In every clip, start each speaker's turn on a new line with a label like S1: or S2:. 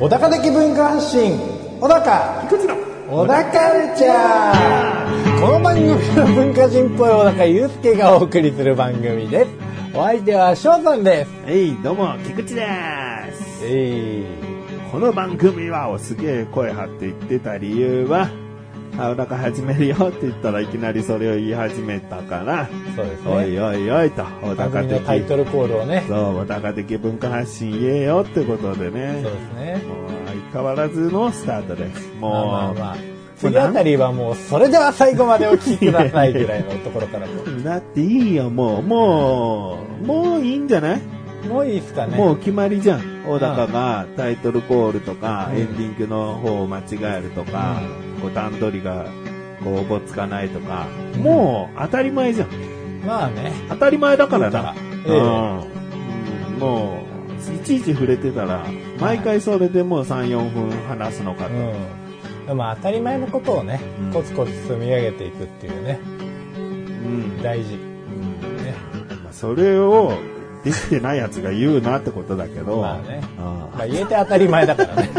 S1: 小高的文化発信小高
S2: 菊池の
S1: 小高ルチャーこの番組は文化人っぽい小高祐介がお送りする番組ですお相手は翔さんです
S2: はいどうも菊池です
S1: え
S2: この番組はおすげえ声張って言ってた理由はあお腹始めるよって言ったらいきなりそれを言い始めたから
S1: ー、そうです
S2: お
S1: ね
S2: いおいおいと小
S1: 番
S2: 高
S1: 組のタイ
S2: 的
S1: トルコールをね
S2: そう小高的文化発信言えよってことでね
S1: そうですね
S2: もう相変わらずのスタートですもう、
S1: まあまあまあ次あたりはもうそれでは最後までお聞きくださいぐらいのところからも
S2: だっていいよもうもうもういいんじゃない
S1: もういいですかね
S2: もう決まりじゃん。小高がタイトルコールとか、
S1: うん
S2: エンディングの方を間違えるとか、こう段取りがこうおぼつかないとか、
S1: うん
S2: もう当たり前じゃん。
S1: まあね
S2: 当たり前だから
S1: いいか
S2: な。
S1: らええ
S2: うんうんもう、いちいち触れてたら、毎回それでもう3、4分話すのかと。
S1: うんでも当たり前のことをね、
S2: うん
S1: コツコツ積み上げていくっていうね
S2: うん
S1: 大事、ね、
S2: まあそれをできてないやつが言うなってことだけど、
S1: まあね
S2: あ
S1: まあ言えて当たり前だからね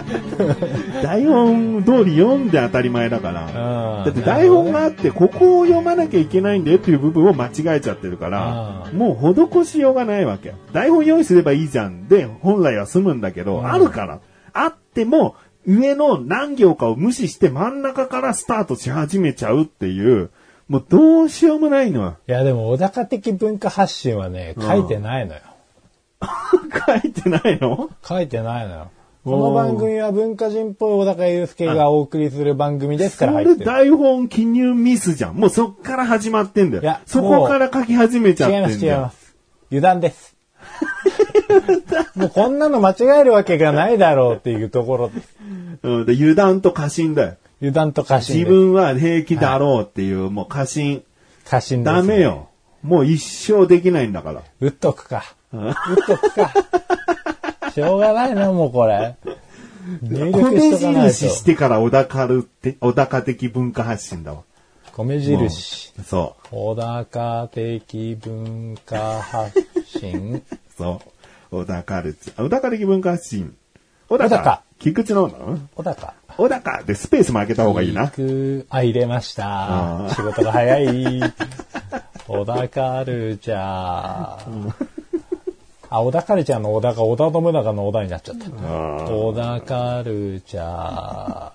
S2: あ台本通り読んで当たり前だから。
S1: だ
S2: だって台本があって、ここを読まなきゃいけないんだよっていう部分を間違えちゃってるから
S1: あ、ー
S2: もう施しようがないわけ。台本用意すればいいじゃんで、本来は済むんだけど、あるから。あっても、上の何行かを無視して真ん中からスタートし始めちゃうっていう、もうどうしようもないのよ。
S1: いやでも小高的文化発信はね書いてないのよ、
S2: 書いてないの
S1: 書いてないのよこ
S2: おー
S1: の番組は文化人っぽい小高祐介がお送りする番組です
S2: そ
S1: から入
S2: れ
S1: ってる
S2: 台本記入ミスじゃん。もうそっから始まってんだよ。
S1: いや
S2: そこから書き始めちゃっ
S1: 違
S2: て
S1: い
S2: ん
S1: ます
S2: だ
S1: 違い
S2: よ。
S1: ます。油断 です。もうこんなの間違えるわけがないだろうっていうところです。
S2: うん、で油断と過信だよ。
S1: 油断と過信
S2: 自
S1: です。
S2: 分は平気だろうっていう、もう過信。
S1: 過信です、
S2: ダメ。よ。もう一生できないんだから。
S1: 打っとくか。打っとくか。しょうがないな、もうこ れ。入
S2: 米
S1: 力しとかないと。
S2: 印してから小高るって、小高的文化発信だわ。
S1: 米印。
S2: うんそ
S1: 小高的文化発信。
S2: う。そう。小高るち。小高的文化発信。小
S1: 小高
S2: 高。菊池の、うん
S1: 小高。
S2: 小高でスペースも開けた方がいいな。
S1: くあ、入れました
S2: あ。ー
S1: 仕事が早 い。小田カルチャー。あ、小田カルチャーの小田が小田信長の小田になっちゃった。
S2: あ
S1: 小田カルチャー。
S2: ー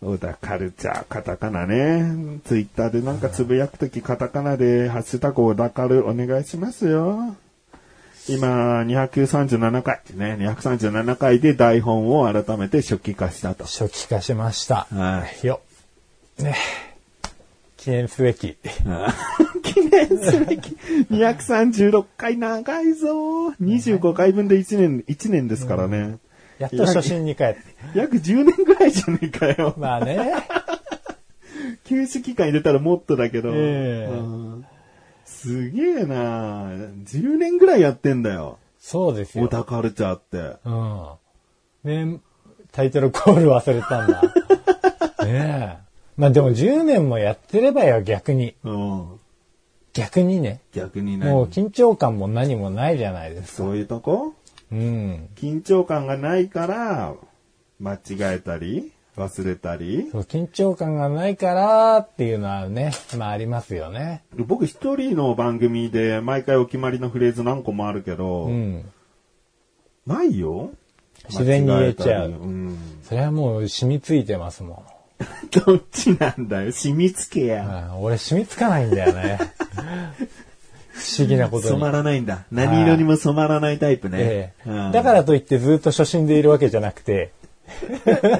S2: 小高るちゃ、カタカナね。ツイッターでなんかつぶやくときカタカナで、ハッシュタグ小高るお願いしますよ。今、237回ね、237回で台本を改めて初期化したと。
S1: 初期化しました。
S2: はい。
S1: よ。ね。記念すべき。
S2: 記念すべき236回長いぞ25回分で1年1年ですからね、
S1: やっと初心に帰 って。
S2: 約10年ぐらいじゃねえかよ
S1: まあね。
S2: 休止期間入れたらもっとだけど、
S1: ええ
S2: うんすげえな10年ぐらいやってんだよ
S1: そうです
S2: オ
S1: よ。
S2: タカルチャーって
S1: うん。ね、タイトル コール忘れたん だ。ねえ。まあでも10年もやってればよ、逆に。
S2: うん
S1: 逆にね。
S2: 逆にね
S1: もう緊張感も何もないじゃないですか。
S2: そういうとこ
S1: うん。
S2: 緊張感がないから間違えたり忘れたり
S1: そう緊張感がないからっていうのはね、まあありますよね。
S2: 僕一人の番組で毎回お決まりのフレーズ何個もあるけど、
S1: うん。
S2: ないよ。
S1: 自然に言えちゃう
S2: 間違えたりん
S1: それはもう染みついてますもん。
S2: どっちなんだよ。染みつけや。
S1: ああ俺染みつかないんだよ ね。不思議なこと
S2: 染
S1: に。
S2: まらないんだ。何色にも染まらないタイプ
S1: え
S2: ね。
S1: え
S2: うん
S1: だからといってずっと初心でいるわけじゃなくて、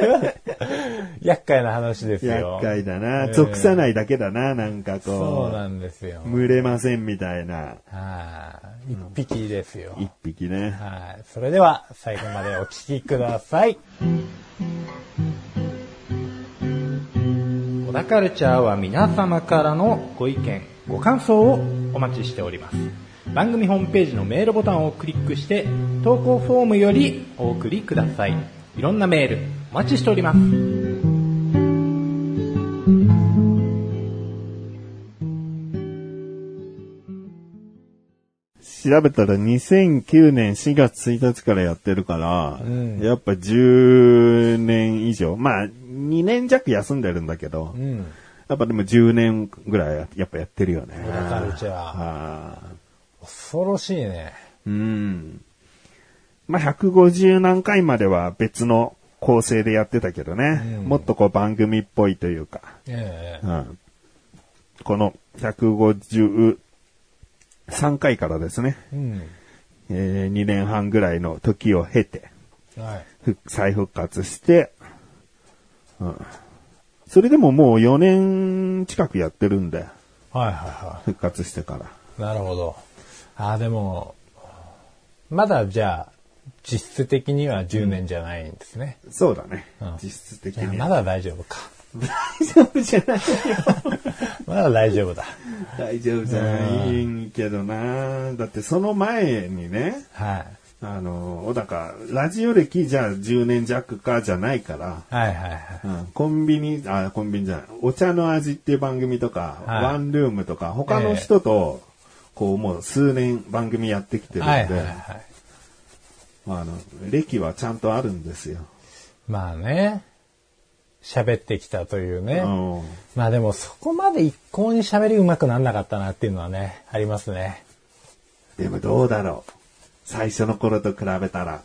S1: 厄介な話ですよ。
S2: 厄介だな。
S1: ええ
S2: 属さないだけだな。なんか
S1: そう
S2: こ
S1: なんですよ
S2: う。。群れませんみたいな。
S1: はい、一匹ですよ。
S2: 一匹ね。
S1: はい、それでは最後までお聞きください。
S3: 小田カルチャーは皆様からのご意見、ご感想をお待ちしております。番組ホームページのメールボタンをクリックして、投稿フォームよりお送りください。いろんなメール、お待ちしております。
S2: 調べたら2009年4月1日からやってるから、
S1: ん
S2: やっぱ10年以上。まあ、2年弱休んでるんだけど、
S1: うん。
S2: やっぱでも10年ぐらいやっぱやってるよね。
S1: 小田カルチャー。
S2: あー
S1: 恐ろしいね。
S2: うん。まあ、150何回までは別の構成でやってたけどね。
S1: うん
S2: もっとこう番組っぽいというか。
S1: ええ
S2: うん。この153回からですね、
S1: うん。
S2: え2年半ぐらいの時を経て、
S1: はい。
S2: ふ再復活して、うん。それでももう4年近くやってるんで、
S1: はいはいは
S2: 復活してから。
S1: い。なるほど。ああ、でも、まだじゃあ、実質的には10年じゃないんですね。
S2: そうだね。
S1: うん
S2: 実質的
S1: いや、
S2: に
S1: ま
S2: は。
S1: だ大丈夫か。
S2: 大丈夫じゃない。
S1: まだ大丈夫だ。
S2: 大丈夫じゃないけどな。だってその前にね、
S1: は
S2: あの、小高、ラジオ歴じゃあ10年弱かじゃないから、
S1: い。はいはいはい。
S2: うんコンビニ、あ、コンビニじゃない、お茶の味っていう番組とか、
S1: はい
S2: ワンルームとか、他の人と、こうもう数年番組やってきてるんで、
S1: はいはいはい。
S2: あの、歴はちゃんとあるんですよ。
S1: まあね。喋ってきたというね。
S2: うん
S1: まあでもそこまで一向に喋り上手くなんなかったなっていうのはね、ありますね。
S2: でもどうだろう。最初の頃と比べたら、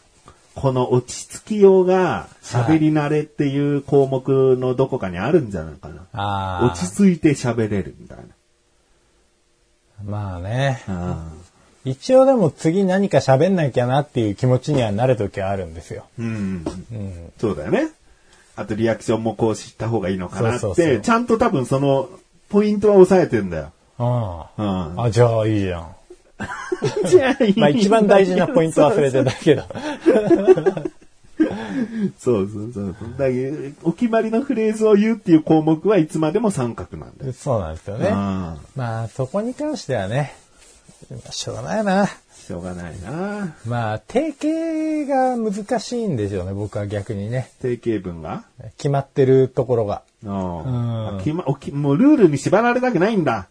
S2: この落ち着きようが、喋り慣れっていう項目のどこかにあるんじゃないかな。
S1: ああ。
S2: 落ち着いて喋れるみたい
S1: まあね。
S2: な。
S1: 一応でも次何か喋んなきゃなっていう気持ちにはなるときはあるんですよ。
S2: うん。
S1: うん。
S2: そうだよね。あとリアクションもこうした方がいいのかなって、
S1: そうそうそう
S2: ちゃんと多分そのポイントは抑えてんだよ。
S1: あ
S2: う
S1: あ。
S2: ん。
S1: あ、じゃあいいじゃん。
S2: じゃあいいんだけど
S1: まあ一番大事なポイント忘れてたけど。
S2: そうそうそうそう。だけどお決まりのフレーズを言うっていう項目はいつまでも三角なんだ よ。
S1: そうなんですよ
S2: う
S1: ね。
S2: ん。
S1: まあそこに関してはね、しょうがないな。
S2: しょうがないな。
S1: まあ定型が難しいんですよね、僕は逆にね。
S2: 定型文が
S1: 決まってるところが。
S2: うん
S1: うん
S2: あ決まおきもうルールに縛られたくないんだ。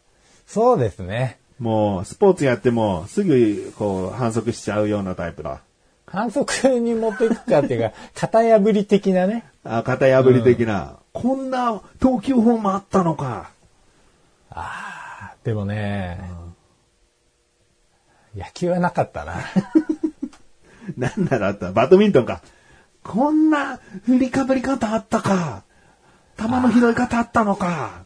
S1: そうですね。
S2: もう、スポーツやっても、すぐ、こう、反則しちゃうようなタイプだ。
S1: 反則に持っていくかっていう か、型破り的なね。
S2: あ、型破り的な。こんな投球フォームあったのか。
S1: でもね、野球はなかったな。
S2: なんならあったバドミントンか。こんな振りかぶり方あったか。球の拾い方あったのか。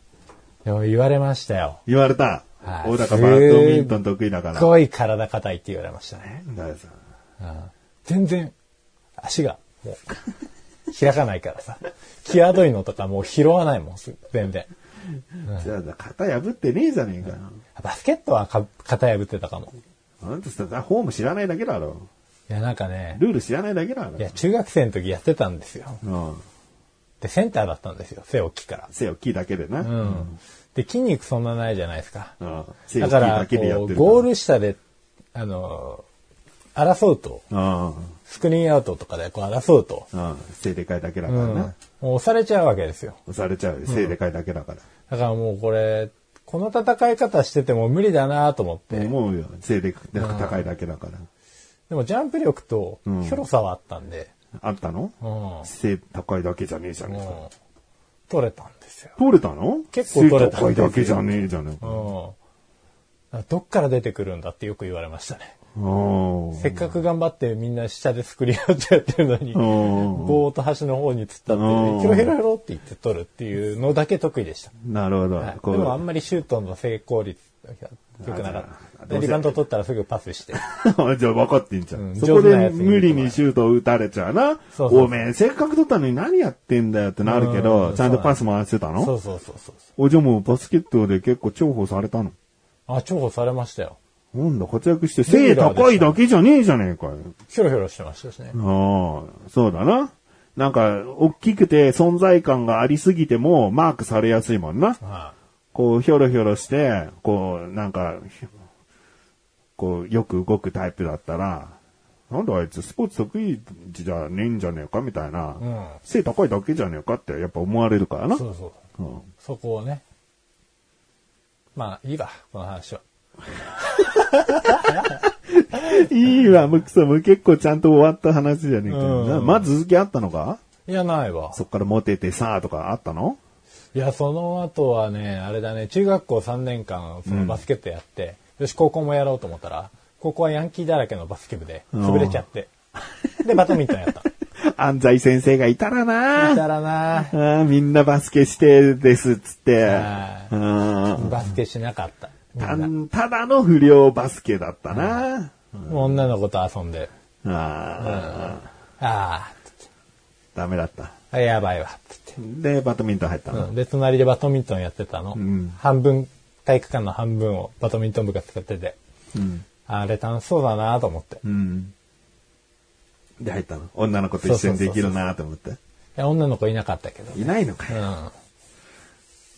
S1: でも言われましたよ。
S2: 言われた。
S1: はい
S2: 大高バドミントン得意だから。
S1: すごい体硬いって言われましたね。
S2: なんだよさ。
S1: 全然、足が、もう、開かないからさ。際どいのとかもう拾わないもん、す全然。
S2: じゃあ、型破ってねえじゃねえかよ。
S1: バスケットはか型破ってたかも。
S2: あんたさ、フォーム知らないだけだろ。
S1: いや、なんかね、
S2: ルール知らないだけだろ
S1: い。や、中学生の時やってたんですよ。
S2: うん。
S1: で、センターだったんですよ、背置きから。
S2: 背を木だけでな。う。
S1: うんん。で、筋肉そんなないじゃないですか。
S2: 背
S1: だ
S2: を木
S1: から、
S2: だ
S1: こ
S2: けでやって
S1: う、
S2: る。
S1: ゴー。ル下で、あのー、争うと、
S2: うん。
S1: スクリーンアウトとかでこう争うと、
S2: うん。背でかいだけだか
S1: う
S2: ら
S1: ん、も
S2: な。
S1: う押されちゃうわけですよ。
S2: 押されちゃうよ。背でかいだけだから。
S1: だからもうこれ、この戦い方してても無理だなと思って、
S2: 思うよ。背で高いだけだから。
S1: でもジャンプ力と広さはあったんで、
S2: あったの
S1: うん、
S2: 背高いだけじゃねえじゃねえか。
S1: うん取れたんですよ。
S2: 取れたの
S1: 結構取れた
S2: 背高いだけじゃねえじゃねえ
S1: う
S2: か。
S1: んだからどっから出てくるんだってよく言われましたね。
S2: うん
S1: せっかく頑張ってみんな下でスクリーンアウトやってるのに、
S2: うん
S1: 棒と端の方に突っ立って、
S2: うん
S1: ヒロヒロヒロって言って取るっていうのだけ得意でした。
S2: なるほど
S1: はい。で
S2: こう
S1: もあんまりシュートの成功率が良くなか
S2: あ
S1: った。
S2: どう
S1: で
S2: せ
S1: リバウンド取ったらすぐパスして。
S2: じゃあ分かってんじゃん。
S1: うん
S2: そこ
S1: 上手な
S2: で
S1: やつに
S2: 無理にシュートを打たれちゃうな。
S1: そうそう
S2: おめえ、せっかく取ったのに何やってんだよってなるけど、
S1: うん
S2: ちゃんとパス回してた
S1: そ
S2: の
S1: うそうそうそう。
S2: おじゃあもうバスケットで結構重宝されたの。
S1: あ、重宝されましたよ。
S2: なんだ、活躍して背高いだけじゃねえじゃねえかよ。
S1: ヒョロヒョロしてましたしね。
S2: ああ、そうだな。なんか、大きくて存在感がありすぎても、マークされやすいもんな。
S1: は
S2: こう、ひょろひょろして、こう、なんか、ひこう、よく動くタイプだったら、なんだあいつスポーツ得意じゃねえんじゃねえかみたいな、
S1: い。うん。
S2: 背高いだけじゃねえかってやっぱ思われるからな。
S1: そうそう。
S2: うん
S1: そこをね。まあ、いいわ、この話は。
S2: いいわ、もうクソ、もう結構ちゃんと終わった話じゃねえかよな。
S1: うん
S2: まあ続きあったのか
S1: いや、ないわ。
S2: そっからモテてさあとかあったの
S1: いや、その後はね、あれだね、中学校3年間、そのバスケットやって、よし、高校もやろうと思ったら、高校はヤンキーだらけのバスケ部で、
S2: うん
S1: 潰れちゃって。で、バドミントンやった。
S2: 安西先生がいた
S1: だ
S2: らなあ
S1: らな
S2: あみんなバスケしてですっつって。
S1: あ
S2: うん
S1: バスケしなかった。み
S2: た
S1: んな。
S2: んただの不良バスケだったな。
S1: 女の子と遊んで、
S2: ああ、
S1: あ
S2: ダメだった。
S1: あ、やばいわ、つって。
S2: で、バドミントン入ったの。
S1: うんで、隣でバドミントンやってたの。
S2: ん
S1: 半分、体育館の半分をバドミントン部が使ってて、
S2: うん。
S1: あれ楽しそうだなと思って。い
S2: うん。で、入ったの。女の子と一緒にできるなと思って。
S1: や、女の子いなかったけど。
S2: いないのか
S1: う
S2: よ。
S1: ん。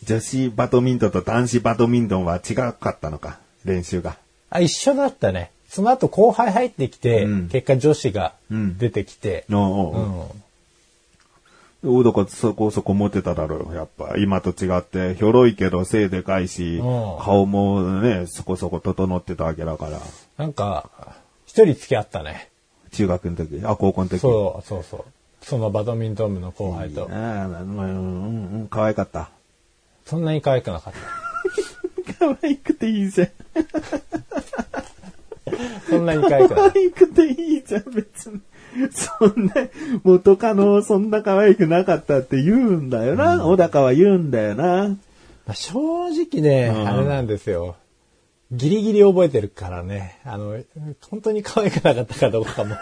S2: 女子バドミントンと男子バドミントンは違かったのか。練習が。
S1: あ、一緒だったね。その後後輩入ってきて、
S2: うん
S1: 結果女子が
S2: うん
S1: 出てきて、
S2: お
S1: う
S2: うおう。
S1: ん。
S2: おうだからそこそこモテただろう、やっぱ。今と違って、ひょろいけど背でかいし、
S1: うん
S2: 顔もね、そこそこ整ってたわけだから。
S1: なんか、一人付き合ったね。
S2: 中学の時、あ、高校の時。
S1: そう、そうそう。そのバドミントン部の後輩と。
S2: ああ、うん、うん、うん、可愛かった。
S1: そんなに可愛くなかった。
S2: 可愛くていいじゃん。
S1: そんなに可愛くなかっ
S2: 可愛くていいじゃん、別に。そんな、元カノそんな可愛くなかったって言うんだよな。小高は言うんだよな。
S1: た。 正直ね、
S2: ん
S1: あれなんですよ。ギリギリ覚えてるからね。あの、本当に可愛くなかったかどうか も。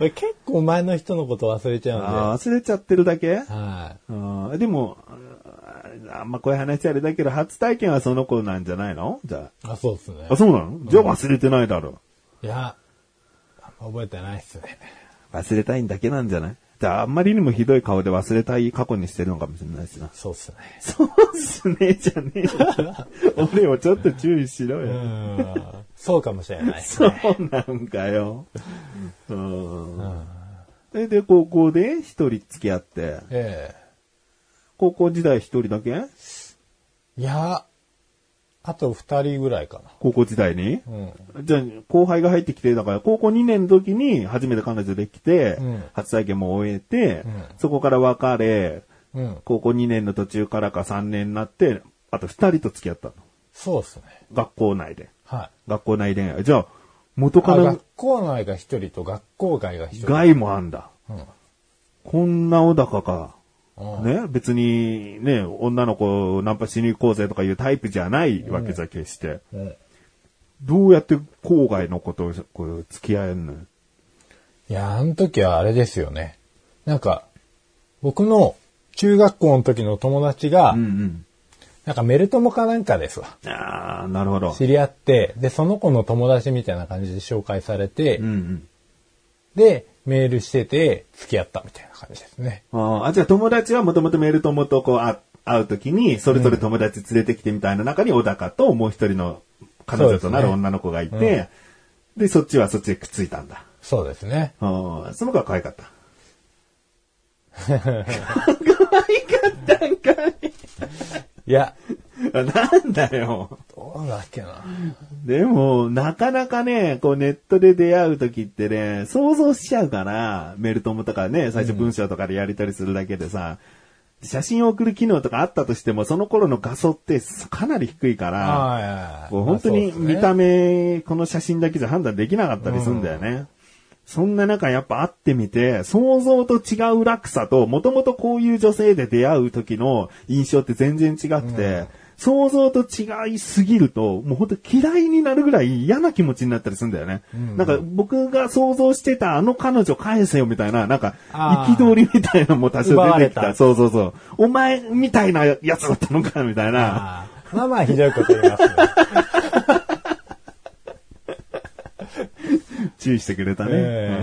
S1: 俺結構前の人のこと忘れちゃうんで。
S2: あ
S1: は
S2: あ忘れちゃってるだけ
S1: い、
S2: ああでも、ああんまこういう話あれだけど、初体験はその子なんじゃないのじゃ
S1: あ、そうですね
S2: あ。あ、。そうなのじゃあ忘れてないだろ
S1: いや、あんま覚えてないっすね。
S2: う。忘れたいだけなんじゃないじゃあ、あんまりにもひどい顔で忘れたい過去にしてるのかもしれない しな。
S1: そうっすね。
S2: そうっすね、じゃねえよ俺をちょっと注意しろよ。
S1: うんそうかもしれないです
S2: そう
S1: ね。
S2: なんかよ。うん。それで、高校で一人付き合って、
S1: え
S2: 高校時代一人だけ
S1: え。いや、あと二人ぐらいか
S2: 高校時代に
S1: な。うん。
S2: じゃあ、後輩が入ってきて、だから、高校2年の時に初めて彼女できて、
S1: うん
S2: 初体験も終えて、
S1: うん
S2: そこから別れ、
S1: うん。
S2: 高校2年の途中からか3年になって、あと2人と付き合ったの。
S1: そうっすね。
S2: 学校内で。
S1: はい。
S2: 学校内恋愛。じゃあ、元
S1: あ
S2: カノ
S1: 学校内が一人と学校外が一人。
S2: 外もあんだ。
S1: うん
S2: こんな小高か。
S1: うん
S2: ね、別にね、女の子をナンパしに行こうぜとかいうタイプじゃないわけじゃ決して。
S1: うん
S2: どうやって郊外のことをこう付き合えるのよ
S1: いや、あの時はあれですよね。なんか、僕の中学校の時の友達が
S2: う、ん
S1: なんかメルトモかなんかですわ。
S2: うん。ああ、なるほど。
S1: 知り合って、で、その子の友達みたいな感じで紹介されて
S2: うんう、ん。
S1: で、メールしてて、付き合ったみたいな感じですね。
S2: あーあ、じゃあ友達はもともとメール友とこうあ会うときに、それぞれ友達連れてきてみたいな中に小高ともう一人の彼女となる
S1: そうですね
S2: 女の子がいて、でそっちはそっちでくっついたんだ。
S1: そうですね。
S2: ああ、その子は可愛かった。可愛かったんかい
S1: いや、
S2: なんだよ。
S1: どうだっけな。
S2: でも、なかなかね、こうネットで出会うときってね、想像しちゃうから、メルトモとかね、最初文章とかでやり取りするだけでさ、写真を送る機能とかあったとしても、その頃の画素ってかなり低いから、
S1: ああ、
S2: こう本当に見た目、この写真だけじゃ判断できなかったりするんだよね。そんな中やっぱ会ってみて、想像と違う落差と、もともとこういう女性で出会う時の印象って全然違くて、想像と違いすぎると、もう本当嫌いになるぐらい嫌な気持ちになったりするんだよね。なんか僕が想像してたあの彼女返せよみたいな、なんか
S1: あー
S2: 憤りみたいなのも多
S1: 奪
S2: 少
S1: わ
S2: 出
S1: れ
S2: てきた。
S1: た
S2: そうそうそう。お前みたいなやつだったのかみたいな。
S1: ああまあまあ、ひどいこと言いますね。
S2: 注意してくれたね。
S1: え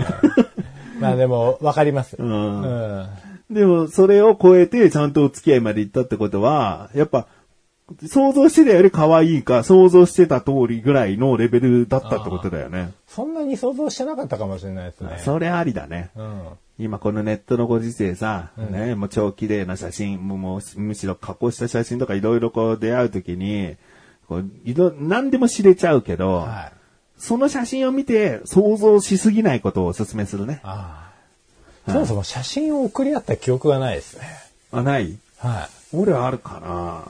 S1: えまあでも、わかります。うんん
S2: でも、それを超えて、ちゃんとお付き合いまで行ったってことは、やっぱ、想像してたより可愛いか、想像してた通りぐらいのレベルだったってことだよね。
S1: そんなに想像してなかったかもしれないですね。
S2: それありだね。
S1: うん。
S2: 今このネットのご時世さ、ね、もう超綺麗な写真、もうもうむしろ加工した写真とかいろいろこう出会うときに、ここう、いろ、何でも知れちゃうけど、
S1: はい。
S2: その写真を見て想像しすぎないことをお勧めするね。
S1: ああ。そもそも写真を送り合った記憶がないですね。
S2: あ、ない
S1: はい。
S2: 俺はあるか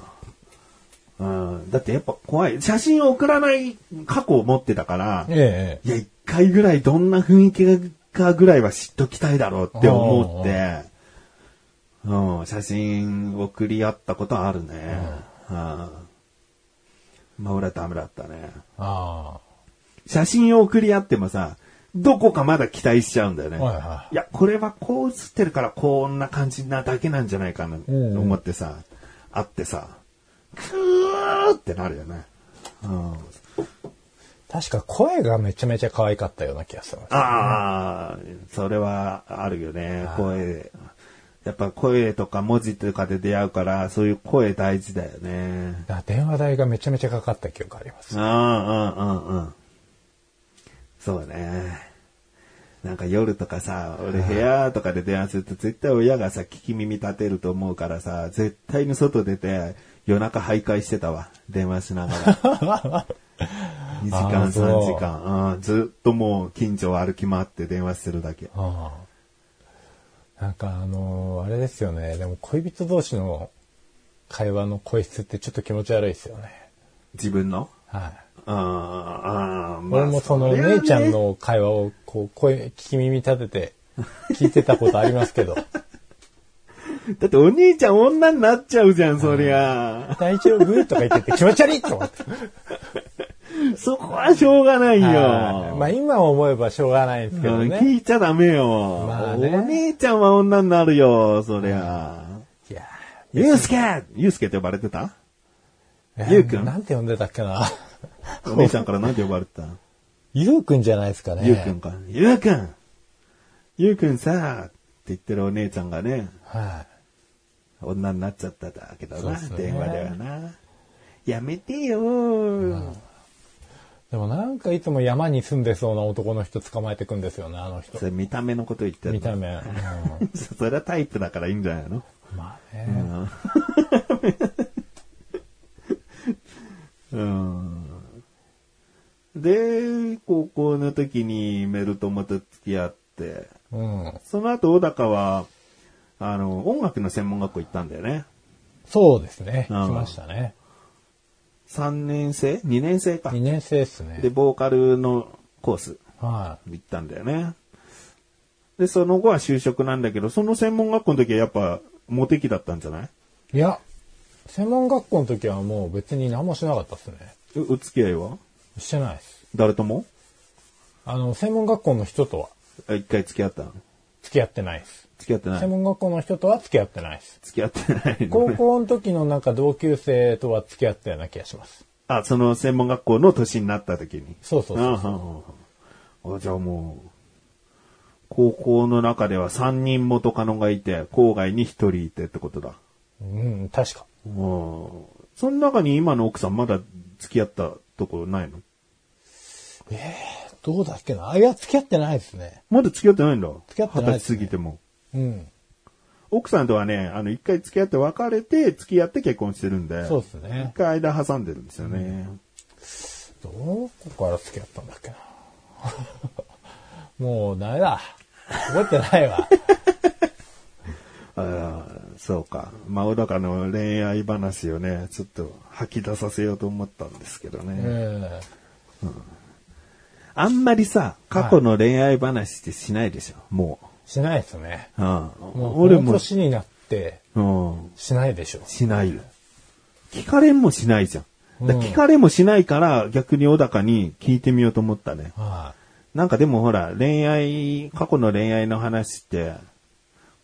S2: なうん。だってやっぱ怖い。写真を送らない過去を持ってたから、
S1: ええ。
S2: いや、一回ぐらいどんな雰囲気かぐらいは知っときたいだろうって思って、うん、写真送り合ったことはあるね。うん。まあ俺はダメだったね。
S1: あ
S2: 写真を送り合ってもさ、どこかまだ期待しちゃうんだよね。
S1: はいはい
S2: や、これはこう写ってるからこんな感じなだけなんじゃないかなと
S1: うん
S2: 思ってさ、あってさ、くーってなるよね。うん。
S1: あ。確か声がめちゃめちゃ可愛かったような気がする。
S2: ああ、それはあるよね、声。やっぱ声とか文字とかで出会うから、そういう声大事だよね。
S1: あ電話代がめちゃめちゃかかった記憶あります。
S2: うんうんうんうん。そうね。なんか夜とかさ、俺部屋とかで電話すると絶対親がさ、聞き耳立てると思うからさ、絶対に外出て夜中徘徊してたわ。電話しなが ら。2時間、
S1: あそう
S2: 3時間。うん、ずっともう近所を歩き回って電話してるだけ。
S1: ああなんかあのーあれですよね。でも恋人同士の会話の声質ってちょっと気持ち悪いですよね。
S2: 自分の
S1: はい。
S2: あーあー、まあ、
S1: 俺もその、
S2: れはね
S1: 姉ちゃん。の会話をこう声、聞き耳立てて聞いてたことありますけど。
S2: だってお兄ちゃん女になっちゃうじゃん、そりゃ。
S1: 大一郎グーとか言ってて気持ち悪いと思って。
S2: そこはしょうがないよ。
S1: はいまあ今思えばしょうがないんですけど
S2: うん
S1: ね。
S2: 聞いちゃダメよ、
S1: まあね
S2: お姉ちゃんは女になるよ、そりゃ。
S1: いや
S2: ゆうすけゆうすけって呼ばれてた
S1: ー
S2: ゆうくん
S1: なんて呼んでたっけな。
S2: お姉ちゃんから何て呼ばれてた
S1: ゆうくんじゃないですかね。
S2: ゆうくんか。ゆうくんゆうくんさって言ってるお姉ちゃんがね、
S1: はい。
S2: 女になっちゃっただけど
S1: そうっ
S2: な、
S1: すね
S2: 電話ではな。やめてよー。
S1: でもなんかいつも山に住んでそうな男の人捕まえてくんですよね、あの人
S2: そ。れ見た目のこと言ってるの
S1: 見た目。うん
S2: そそれはタイプだからいいんじゃないの
S1: まあね。
S2: うん。で、高校の時にメル友と付き合って、
S1: うん。
S2: その後小高は、あの、音楽の専門学校行ったんだよね。
S1: そうですね。
S2: うん
S1: 来ましたね。
S2: 3年生 ?2 年生か
S1: 2。年生ですね
S2: で、。ボーカルのコース
S1: は
S2: 行ったんだよね。で、その後は就職なんだけど、その専門学校の時はやっぱモテ期だったんじゃない
S1: い。いや、専門学校の時はもう別に何もしなかったですね。
S2: えお付き合いは
S1: してないです。
S2: 誰とも
S1: あの、専門学校の人とは
S2: あ一回付き合ったの
S1: 付き合ってないです。
S2: 付き合ってな
S1: 専
S2: い
S1: 門学校の人とは付き合ってないです。
S2: 付き合ってないの
S1: 高校の時のなんか同級生とは付き合ったような気がします。
S2: あ、その専門学校の年になった時に。
S1: そうそうそう。
S2: ああああじゃあもう、高校の中では3人元カノがいて、郊外に1人いてってことだ。
S1: うん、確か。
S2: うん。その中に今の奥さんまだ付き合ったとこないの
S1: どうだっけなあ、いや、付き合ってないですね。
S2: まだ付き合ってないんだ。
S1: 付き合ってない
S2: 二
S1: で
S2: 十
S1: す
S2: 歳
S1: ね
S2: 過ぎても。
S1: うん。
S2: 奥さんとはね、あの、一回付き合って別れて、付き合って結婚してるんで。
S1: そうですね
S2: 一回間挟んでるんですよね。
S1: どこから付き合ったんだっ けな。もうダメだ。覚えてないわ。
S2: ああ、そうか。まあ、小高の恋愛話をね、ちょっと吐き出させようと思ったんですけどね。
S1: うん。
S2: あんまりさ、過去の恋愛話ってしないでしょ、も
S1: しないですね。
S2: う。うん。
S1: もう、
S2: 俺
S1: この
S2: も、
S1: 年になって、
S2: うん、
S1: しないでしょ。
S2: しないよ。聞かれんもしないじゃん。だ
S1: うん
S2: 聞かれもしないから、逆に小高に聞いてみようと思ったね。
S1: は
S2: なんかでもほら、恋愛、過去の恋愛の話って、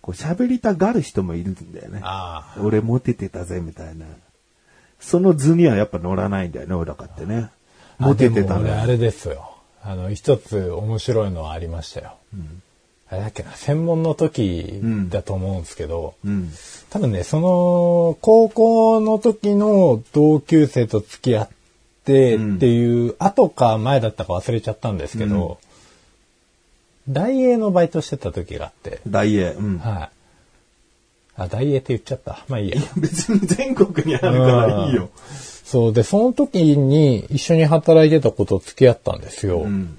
S2: こう喋りたがる人もいるんだよね
S1: い。。ああ。
S2: 俺モテてたぜみたいな。その図にはやっぱ乗らないんだよね、小高ってね。モテてた
S1: あでも俺あ
S2: ね。
S1: れですよ。あの、一つ面白いのはありましたよ。あれだっけな、専門の時だと思うんですけど、
S2: うん。
S1: 多分ね、その、高校の時の同級生と付き合って
S2: うん
S1: っていう、後か前だったか忘れちゃったんですけど、ダイエーのバイトしてた時があって、
S2: 大英。 うん。
S1: はい。あ、ダイエーって言っちゃった。まあいいや。
S2: 別に全国にあるからいいよ。
S1: そうで、その時に一緒に働いてた子と付き合ったんですよ。
S2: うん。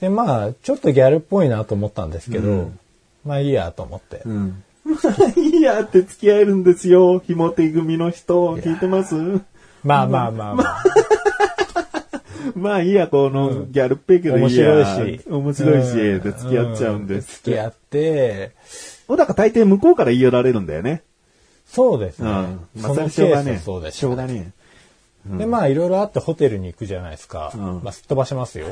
S1: で、まあ、ちょっとギャルっぽいなと思ったんですけど、
S2: うん
S1: まあいいやと思って。
S2: うん。いいやって付き合えるんですよ。ひも手組の人、聞いてます
S1: まあまあまあまあ。
S2: まあいいや、このギャルっぺいけどいいや。
S1: 面白いし。
S2: 面白いし、
S1: う
S2: で
S1: ん
S2: 付き合っちゃうんです。
S1: 付き合って、
S2: 小高大抵向こうから言い寄られるんだよね。
S1: そうです
S2: うん。
S1: ね。
S2: ま
S1: そ
S2: あそ
S1: の
S2: れしょう
S1: ケ
S2: が
S1: ー
S2: ねえ。
S1: スそうです、
S2: しょうがね
S1: で、まあ、いろいろあってホテルに行くじゃないですか。
S2: うん
S1: まあ、すっ飛ばし ますよ。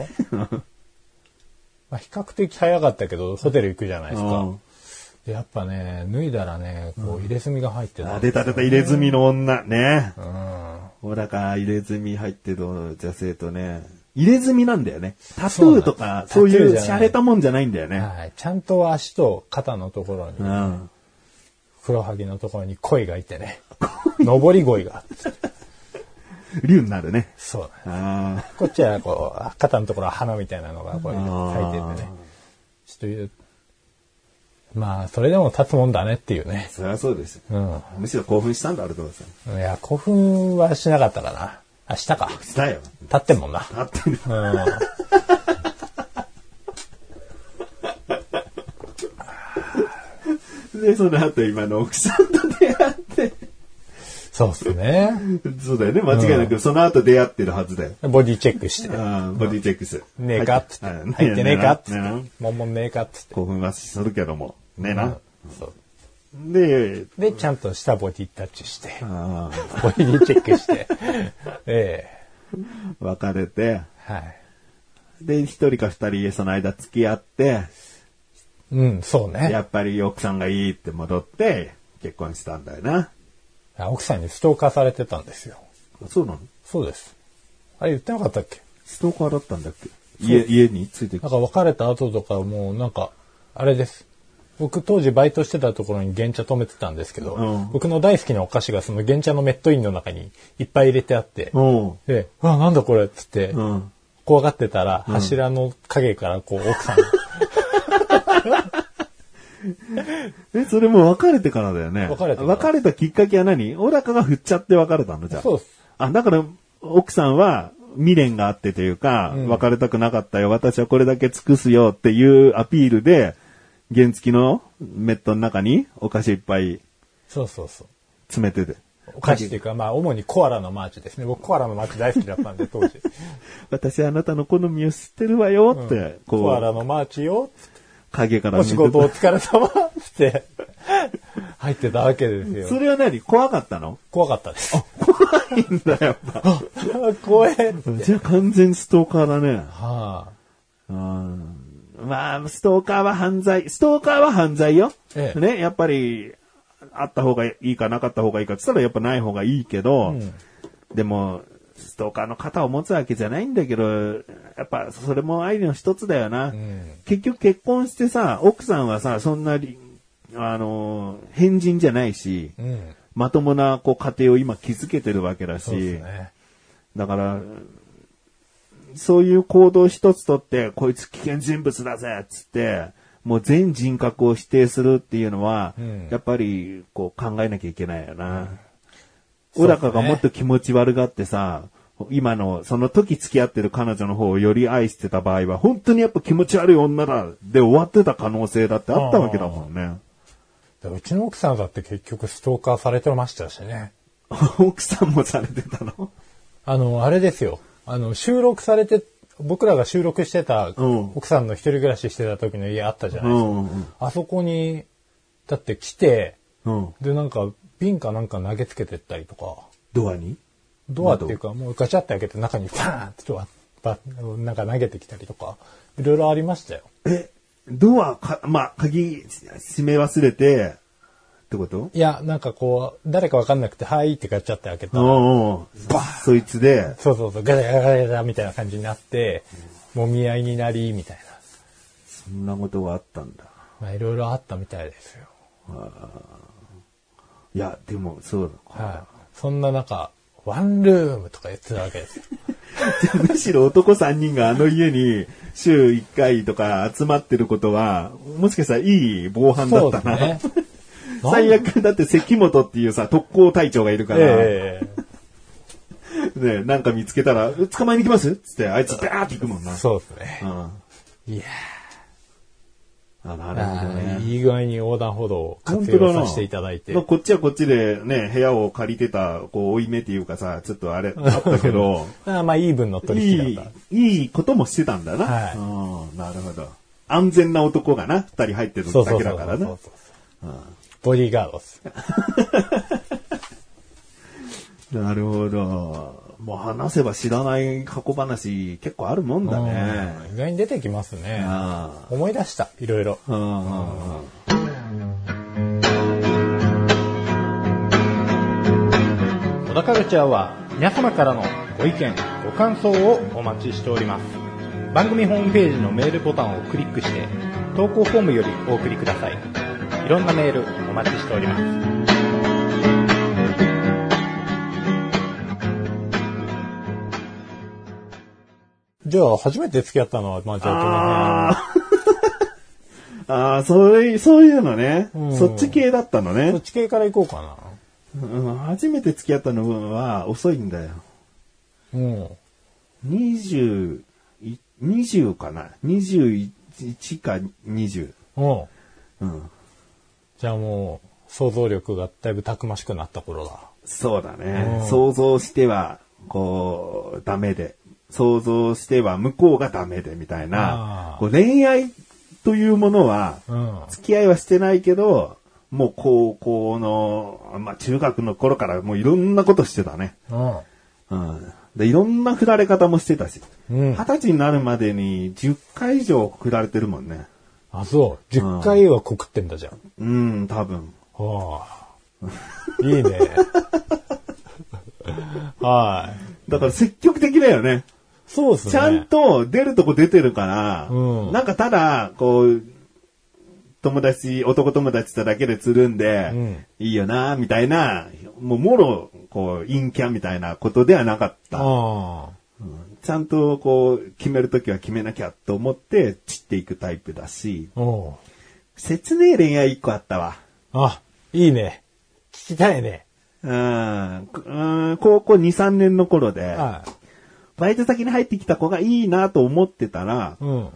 S1: まあ、比較的早かったけど、ホテル行くじゃない
S2: え。
S1: ですか。でやっぱね、脱いだらね、こう、入れ墨が入ってた。
S2: あ、出た出た、入れ墨の女。ね。
S1: うん。
S2: 小高入れ墨入ってる女性とね。入れ墨なんだよね。タトゥーとか、そ
S1: そううなんです
S2: い
S1: タト
S2: う
S1: ゥーじゃな
S2: 洒
S1: い
S2: 落たもんじゃないんだよね。
S1: はい。ちゃんと足と肩のところ
S2: う
S1: に、
S2: ん。
S1: 黒はぎのところに鯉がいて ね。上り鯉が。
S2: 竜になるね。
S1: そうね。
S2: ああ。
S1: こっちはこう、肩のところは花みたいなのがこう咲いててね。ちょっという、まあ、それでも立つもんだねっていうね。
S2: そりゃそうです。
S1: うん。
S2: むしろ興奮したんだ、あるとさん。
S1: いや、興奮はしなかったかな。あ、したか。
S2: したよ。
S1: 立ってんもんな。
S2: あってる。
S1: うん。
S2: で、その後今の奥さんと出会って。
S1: そうっすね。
S2: そうだよね。間違いなく、その後出会ってるはずだよ。
S1: ボディチェックして。
S2: あーボディチェックス。
S1: ねえかっつって。
S2: はい
S1: 入ってねえかっつっ
S2: ねえなね
S1: て
S2: え。
S1: もんもんねえかっつって
S2: な興奮はするけども。ねえ
S1: う。。
S2: なん
S1: そう
S2: で、
S1: で、ちゃんとしたボディタッチして、
S2: あ
S1: ボディチェックして、 え
S2: ー別れて、
S1: えはい。
S2: で、一人か二人、その間付き合って、
S1: うん、そうね
S2: や。っぱり奥さんがいいって戻って、結婚したんだよな。
S1: 奥さんにストーカーされてたんですよ。
S2: そうなの
S1: そうです。あれ言ってなかったっけ
S2: ストーカーだったんだっけ家、家についてき
S1: な
S2: た
S1: ん。か別れた後とかもうなんか、あれです。僕当時バイトしてたところに原茶止めてたんですけど、
S2: うん
S1: 僕の大好きなお菓子がその原茶のメットインの中にいっぱい入れてあって、
S2: うん。
S1: で、あ、なんだこれっつって、
S2: うん。
S1: 怖がってたら柱の影からこう奥さんが、
S2: え、それも別れてからだよね。
S1: 別れてから
S2: 別れたきっかけは何小高が振っちゃって別れたのじ ゃあ。
S1: そうっす。
S2: あ、だから、奥さんは未練があってというか、別れたくなかったよ、私はこれだけ尽くすよっていうアピールで、原付きのメットの中にお菓子いっぱい
S1: そうそうそう。
S2: 詰めてて。
S1: お菓子っていうか、まあ、主にコアラのマーチですね。僕、コアラのマーチ大好きだったんで、当 時。
S2: 私はあなたの好みを知ってるわよって、こう、
S1: コアラのマーチよ、
S2: 影から
S1: お仕事お
S2: て
S1: 疲れ様って、入ってたわけです
S2: そ
S1: よ。
S2: れは何怖かった の
S1: 怖かったです。
S2: 怖いんだよ、やっぱ。
S1: 怖え。は
S2: じゃあ完全ストーカーだね。
S1: あ。
S2: うんまあ、ストーカーは犯罪。ストーカーは犯罪よ。
S1: ええ
S2: ね、やっぱり、あった方がいいかなかった方がいいかって言ったらやっぱない方がいいけど、でも、ストーカーの肩を持つわけじゃないんだけど、やっぱそれも愛の一つだよな。
S1: ん
S2: 結局結婚してさ、奥さんはさ、そんなに、あの、変人じゃないし、
S1: うん。
S2: まともなこう家庭を今築けてるわけだし、
S1: そうですね。
S2: だから、そういう行動一つとって、こいつ危険人物だぜっつって、もう全人格を否定するっていうのは、
S1: うん
S2: やっぱりこう考えなきゃいけないよな。
S1: うん
S2: 小高
S1: そう
S2: が
S1: ね
S2: もっと気持ち悪がってさ、今の、その時付き合ってる彼女の方をより愛してた場合は、本当にやっぱ気持ち悪い女だで終わってた可能性だってあったわけだもんね。
S1: でうちの奥さんだって結局ストーカーされてましたしね。
S2: 奥さんもされてたの
S1: あの、あれですよ。あの、収録されて、僕らが収録してた、
S2: うん
S1: 奥さんの一人暮らししてた時の家あったじゃな
S2: う
S1: いですか。
S2: んうん
S1: あそこに、だって来て、
S2: うん。うん。
S1: で、なんか、瓶かなんか投げつけてったりとか、
S2: ドアに
S1: ドアっていうか、もうガチャって開けて中にバーンってドア、バなんか投げてきたりとか、いろいろありましたよ。
S2: え、ドアか、まあ、鍵閉め忘れて、ってこと
S1: いや、なんかこう、誰かわかんなくて、はいってガチャって開けた
S2: おう
S1: ら、
S2: おうそいつで、
S1: そうそうそう、ガチャガチャガチャみたいな感じになって、もみ合いになり、みたいな。
S2: そんなことがあったんだ。
S1: まあ、いろいろあったみたいですよ。
S2: いや、でも、そう だ。
S1: はい。そんな中、ワンルームとか言ってたわけですよ。
S2: むしろ男3人があの家に週1回とか集まってることは、もしかしたらいい防犯だ
S1: そ
S2: っ
S1: うで
S2: た
S1: す
S2: な。
S1: ね。
S2: 最悪だって関本っていうさ、特攻隊長がいるから、
S1: ええ
S2: で、なんか見つけたら、捕まえに行きますつって、あいつバーって行くもんな。
S1: そうですね。
S2: うん。あ、
S1: いや
S2: なるほど
S1: ー、
S2: ね。
S1: いい具合に横断歩道を
S2: 本
S1: 活
S2: 当
S1: 用
S2: だな
S1: させていただいて
S2: まあ、。こっちはこっちでね、部屋を借りてた、こう、追い目っていうかさ、ちょっと あれ、あったけど、
S1: あーまあ、イーブンの
S2: い
S1: 取引
S2: い
S1: だった。、
S2: いいこともしてたんだな。
S1: はい
S2: うん、なるほど。安全な男がな、二人入ってる
S1: そうそ
S2: だ
S1: う
S2: け
S1: そ
S2: だ
S1: う
S2: か
S1: そ
S2: ら
S1: うそ
S2: な
S1: う。。ボディーガードです。
S2: なるほど。もう話せば知らない過去話結構あるもんだね。
S1: うん意外に出てきますね。
S2: あ
S1: 思い出した、いろいろ。
S2: あ。うん。
S3: 小田カルチャーは皆様からのご意見、ご感想をお待ちしております。番組ホームページのメールボタンをクリックして、投稿フォームよりお送りください。いろんなメールお待ちしております。
S1: じゃあ、初めて付き合ったのは、まあ、じゃあ、この辺。
S2: ああ。 ああ、そういう、そういうのね。
S1: うん
S2: そっち系だったの
S1: そっ
S2: ね、
S1: ち系から行こうか
S2: うん。初めて付き合ったのは遅いんだよ。
S1: な。うん。
S2: 20い、20かな ?21 か20。
S1: うん。
S2: うん。
S1: じゃあもう、想像力がだいぶたくましくなった頃だ。
S2: そうだね
S1: う。ん
S2: 想像しては、こう、ダメで。想像しては向こうがダメで、みたい
S1: あ
S2: な
S1: ー。
S2: こう恋愛というものは、
S1: うん。
S2: 付き合いはしてないけど、もう高校の、まあ中学の頃からもういろんなことしてたね。
S1: うん。
S2: うん。で、いろんな振られ方もしてたし。
S1: うん
S2: 二十歳になるまでに10回以上振られてるもんね。
S1: あ、そう。10回は告ってんだじゃん。
S2: うん、多分。
S1: はあ。いいね。 はい。
S2: だから積極的だよね。
S1: そうですね。
S2: ちゃんと出るとこ出てるから、
S1: うん
S2: なんかただ、こう、友達、男友達とだけでつるんで、
S1: うん
S2: いいよな、みたいな、もうもろ、こう、陰キャみたいなことではなかった。
S1: あ
S2: ちゃんと、こう、決めるときは決めなきゃと思って散っていくタイプだし、
S1: あ。おう
S2: 切ねえ恋愛一個あったわ。
S1: あ、いいね。聞きたいね。
S2: うん、うん高校2、3年の頃で、
S1: は
S2: バイト先に入ってきた子がいいなと思ってたら
S1: い。、うん。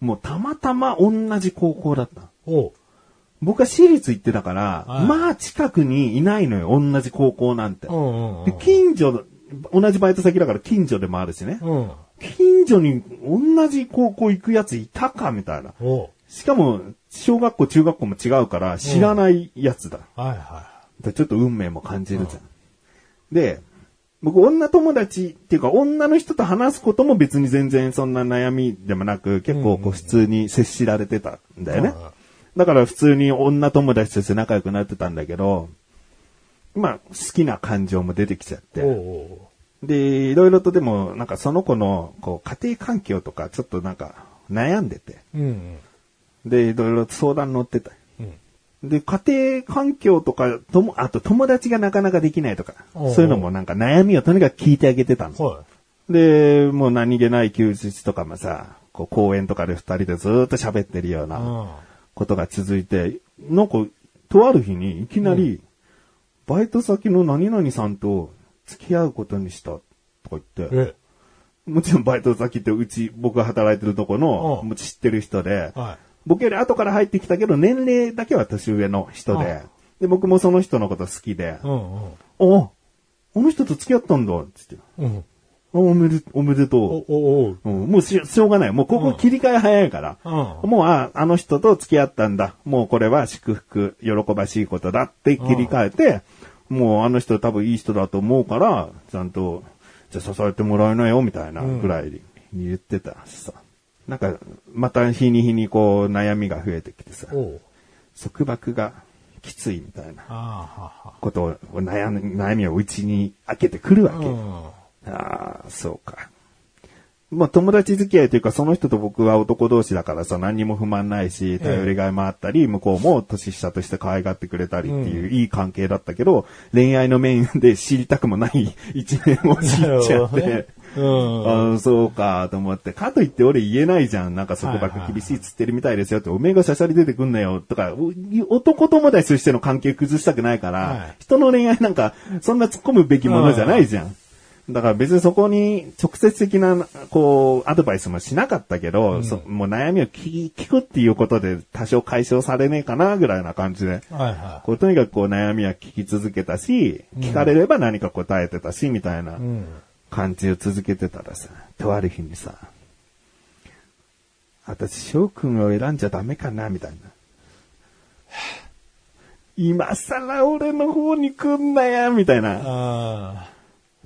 S2: もうたまたま同じ高校だった。
S1: おう。
S2: 僕は私立行ってたから、
S1: はい
S2: まあ近くにいないのよ、同じ高校なんて。
S1: うんうんう
S2: で
S1: ん。
S2: 近所の、同じバイト先だから近所でもあるしね。
S1: うん。
S2: 近所に同じ高校行くやついたかみたいな。
S1: おう。
S2: しかも、小学校、中学校も違うから、知らないやつだ。
S1: はいは
S2: でちょっと運命も感じるじゃん。で、僕、女友達っていうか、女の人と話すことも別に全然そんな悩みでもなく、結構こう普通に接しられてたんだよね。
S1: うん
S2: だから普通に女友達として仲良くなってたんだけど、まあ、好きな感情も出てきちゃっ
S1: い。おう
S2: て。
S1: おう
S2: で、いろいろとでも、なんかその子の、こう、家庭環境とか、ちょっとなんか、悩んでて。
S1: おう。うん
S2: で、いろいろと相談乗ってた。
S1: うん。うん。
S2: で、家庭環境とか、とも、あと友達がなかなかできないとか、
S1: おう
S2: そういうのもなんか悩みをとにかく聞いてあげてたの。
S1: は
S2: で、もう何気ない休日とかもさ、こう公園とかで二人でずーっと喋ってるよう
S1: い。う。
S2: なんことが続いて、なんか、とある日にいきなり、バイト先の何々さんと付き合うことにしたとか言って、
S1: え、
S2: もちろんバイト先ってうち、僕が働いてるとこの、
S1: うん
S2: もう知ってる人で、
S1: は
S2: 僕より後から入ってきたけど、年齢だけは年上の人で、
S1: うん
S2: で、僕もその人のこと好きで、
S1: い。う
S2: あ、
S1: んうん。
S2: あの人と付き合ったんだ、つって。
S1: うん。
S2: あおめで、おめで
S1: お、
S2: と
S1: お、おう。
S2: う。うん、もうししょうがない。もうここ切り替え早いから。
S1: うん。
S2: もう、あ、あの人と付き合ったんだ。もうこれは祝福、喜ばしいことだって切り替えて、もうあの人多分いい人だと思うから、ちゃんと、じゃあ支えてもらえないよ、みたいなぐらいに言ってたしさ。なんか、また日に日にこう悩みが増えてきてさ、
S1: おう。
S2: 束縛がきついみたいな
S1: ああ、
S2: ことを悩み、悩みをうちに開けてくる
S1: は
S2: わ
S1: は。
S2: け。
S1: うん。
S2: ああ、そうか。まあ、友達付き合いというか、その人と僕は男同士だからさ、何にも不満ないし、頼りがいもあったり、向こうも年下として可愛がってくれたりっていう、いい関係だったけど、恋愛の面で知りたくもない一面を知っちゃっ
S1: なる
S2: て、
S1: ほどね
S2: ああ、そうか、と思って。かといって俺言えないじゃん。なんかそこばっか厳しいっつってるみたいですよって、おめえがしゃしゃり出てくんなよ、とか、お男友達としての関係崩したくないから、
S1: はい
S2: 人の恋愛なんか、そんな突っ込むべきものじゃないじゃん。だから別にそこに直接的な、こう、アドバイスもしなかったけど、そもう悩みを聞聞くっていうことで多少解消されねえかな、ぐらいな感じで。
S1: はいは。
S2: こう、とにかくこう悩みは聞き続けたし、聞かれれば何か答えてたし、みたいない
S1: うん。
S2: 感じを続けてたらさ、とある日にさ、私、翔くんを選んじゃダメかな、みたいな。今更俺の方に来んなや、みたいな。
S1: あ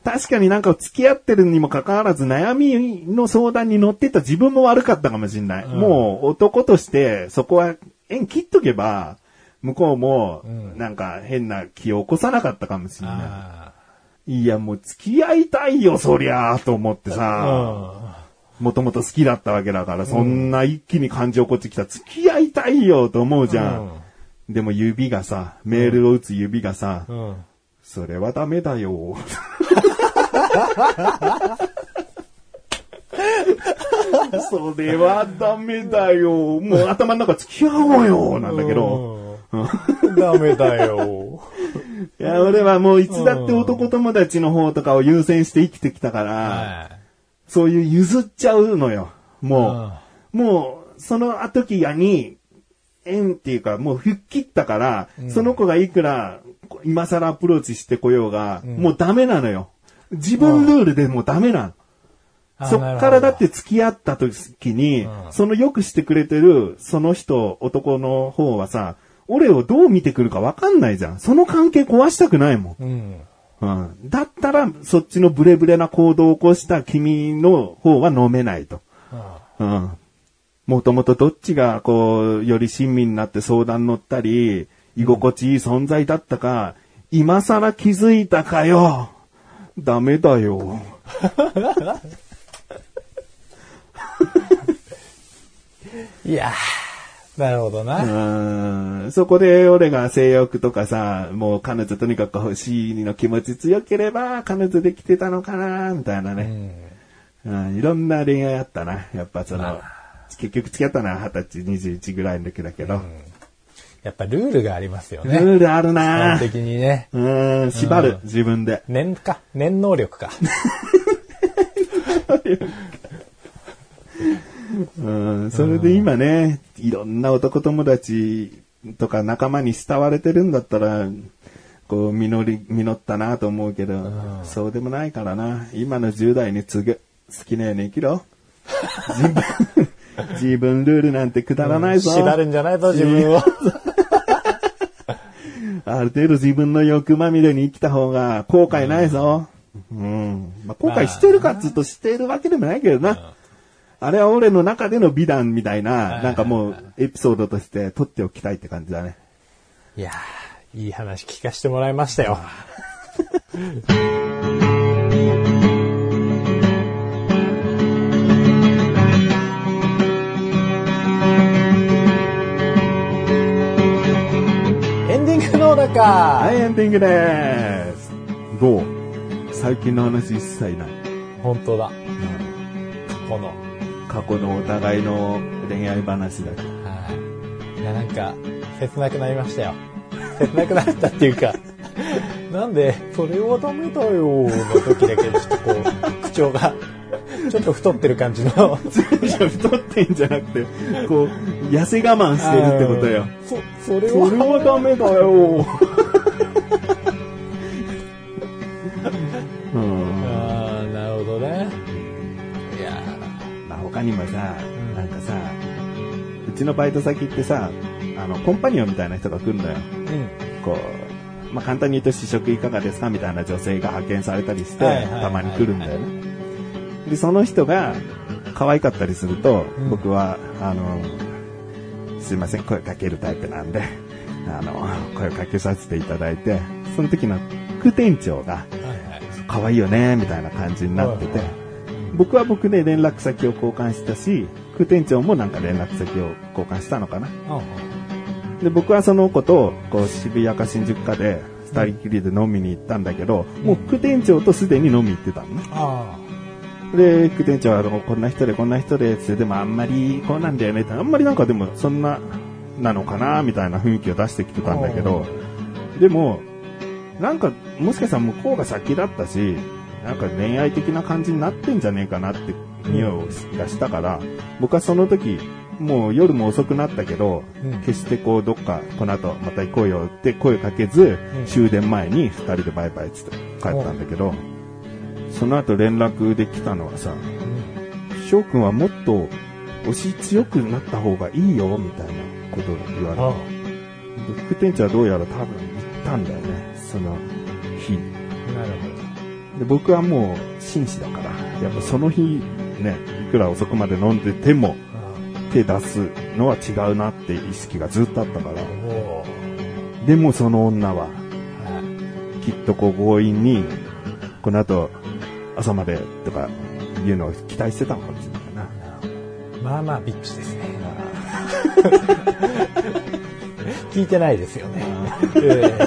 S2: 確かになんか付き合ってるにもかかわらず悩みの相談に乗ってた自分も悪かったかもしんない。
S1: ん
S2: もう男としてそこは縁切っとけば、向こうも
S1: ん
S2: なんか変な気を起こさなかったかもしん
S1: あ。
S2: な
S1: あ
S2: い。いやもう付き合いたいよそりゃあと思ってさ、
S1: あ。
S2: もともと好きだったわけだからそんな一気に感情起こってきた付き合いたいよと思うじゃん。でも指がさ、メールを打つ指がさ、
S1: うん。うん。
S2: それはダメだ よ。それはダメだよ。もう頭の中付き合おうよなんだけど。
S1: うん。ダメだよ。
S2: いや、俺はもういつだって男友達の方とかを優先して生きてきたから、
S1: は
S2: そういう譲っちゃうのよ。も、
S1: いう
S2: もう、その時やに、縁っていうか、もう吹っ切ったから、その子がいくら、今更アプローチしてこようが、もうダメなのよ。自分ルールでもうダメなの。
S1: あー
S2: そっからだっ。
S1: なる
S2: て付き合った時に、
S1: うん
S2: そのよくしてくれてる、その人、男の方はさ、俺をどう見てくるかわかんないじゃん。その関係壊したくないも
S1: ほどうん。
S2: ん。うん。だったら、そっちのブレブレな行動を起こした君の方は飲めないと。
S1: あ
S2: うん。もともとどっちが、こう、より親身になって相談乗ったり、居心地いい存在だったか、今更気づいたかよ。ダメだよ。
S1: あいやーなるほどな。
S2: うんそこで俺が性欲とかさ、もう彼女とにかく欲しいの気持ち強ければ彼女できてたのかな、みたいな
S1: う
S2: ね、
S1: ん。
S2: うん。いろんな恋愛あったな。やっぱその、結局付き合ったのは二十歳、21ぐらいの時だけど。
S1: やっぱルールがありますよ
S2: ル
S1: ね。
S2: ールある
S1: 基
S2: な
S1: 本的にね。
S2: うん、縛る、自分で。
S1: 念か。念能力か。
S2: うん、それで今ね、いろんな男友達とか仲間に慕われてるんだったら、こう、実り、実ったなと思うけど、そうでもないからな。今の10代に次ぐ、好きなように生きろ。自 分、自分ルールなんてくだらないぞ。
S1: 縛るんじゃないぞ、自分を。
S2: ある程度自分の欲まみれに生きた方が後悔ないぞ。うん。まあ、後悔してるかっつうとしてるわけでもないけどな。あれは俺の中での美談みたいな、なんかもうエピソードとして取っておきたいって感じだね。
S1: いやーいい話聞かせてもらいましたよ。エンディングの中、
S2: はい、エンディングです。どう最近の話一切ない。
S1: 本当だ。この。
S2: 過去のお互いの恋愛話だけど。
S1: はい。いや、なんか、切なくなりましたよ。切なくなったっていうか、なんで、それはダメだよ、の時だけ、ちょっとこう、口調が、ちょっと太ってる感じの。
S2: いや太ってんじゃなくて、こう、痩せ我慢してるってことよ。
S1: そ、それ
S2: それ
S1: は、
S2: はダメだよ。うん。
S1: ああ、なるほどね。いや
S2: まあ他にもさ
S1: ん、
S2: なんかさ、うちのバイト先ってさ、あの、コンパニオンみたいな人が来るのよ。
S1: ー
S2: こう、まあ簡単に言うと試食いかがですかみたいな女性が派遣されたりして、
S1: はいはいはいはい
S2: たまに来るんだよね。で、その人が可愛かったりすると、
S1: うん
S2: 僕は、あの、すいません、声かけるタイプなんで、 あの、声かけさせていただいて、その時の副店長が、
S1: うん。はいはい。
S2: 可愛いよね、みたいな感じになって
S1: はい
S2: て
S1: はい、
S2: 僕は僕で連絡先を交換したし、副店長もなんか連絡先を交換したのかな。で、僕はその子と、こう、渋谷か新宿かで、二人きりで飲みに行ったんだけど、もう副店長とすでに飲み行ってたのね。
S1: あ
S2: で、副店長は、あのこんな人でこんな人で、って、でもあんまりこうなんだよねって、あんまりなんかでもそんな、なのかな、みたいな雰囲気を出してきてたんだけど、でも、なんか、もしかしたら向こうが先だったし、なんか恋愛的な感じになってんじゃねえかなって匂いがしたから、僕はその時、もう夜も遅くなったけど、
S1: うん
S2: 決してこうどっかこの後また行こうよって声かけず、
S1: うん
S2: 終電前に二人でバイバイっつって帰ったんだけど、その後連絡できたのはさ、翔くんはもっと押し強くなった方がいいよみたいなことを言われて、
S1: あ
S2: 副店長はどうやら多分行ったんだよね、その日。
S1: あ、なるほ
S2: で僕はもう紳士だから、やっぱその日ね、いくら遅くまで飲んでても
S1: ど。あ
S2: 手出すのは違うなって意識がずっとあったから
S1: あ、お
S2: でもその女は
S1: ーはい。
S2: きっとこう強引に、この後朝までとかいうのを期待してたのかもしれないな。
S1: まあまあ、ビッチですね。 聞いてないですよね。え
S2: そんなのはあったな。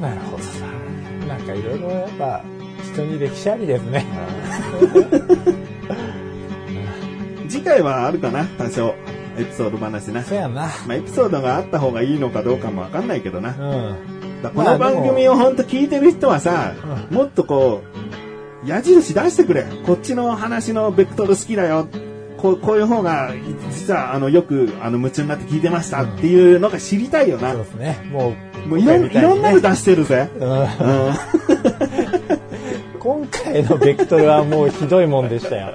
S1: え なるほどさ。なんかいろいろやっぱ、人に歴史ありですね。
S2: 次回はあるかな多少。エピソード話な。
S1: そやな。
S2: まあ、エピソードがあった方がいいのかどうかもわかんないけどな。
S1: うん。
S2: だからこの番組をほんと聞いてる人はさ、もっとこう、矢印出してくれ。こっちの話のベクトル好きだよ。こうこういう方が、実はあのよくあの夢中になって聞いてましたっていうのが知りたいよな。
S1: そうですね。もう、
S2: もういろんいろんなの
S1: の
S2: 出してるぜ。うん
S1: 今回のベクトルはもうひどいもんでした よ。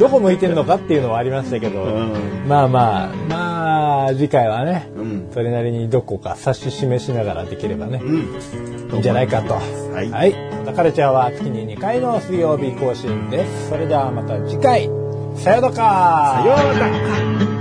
S1: どこ向いてんのかっていうのはありましたけど、
S2: うん
S1: まあまあ、まあ、次回はね、
S2: うん
S1: それなりにどこか指し示しながらできればね、
S2: うん
S1: いいんじゃないかと。
S2: はい
S1: はい。ダカルチャーは月に2回の水曜日更新です。それではまた次回、さよなら
S2: さようなら。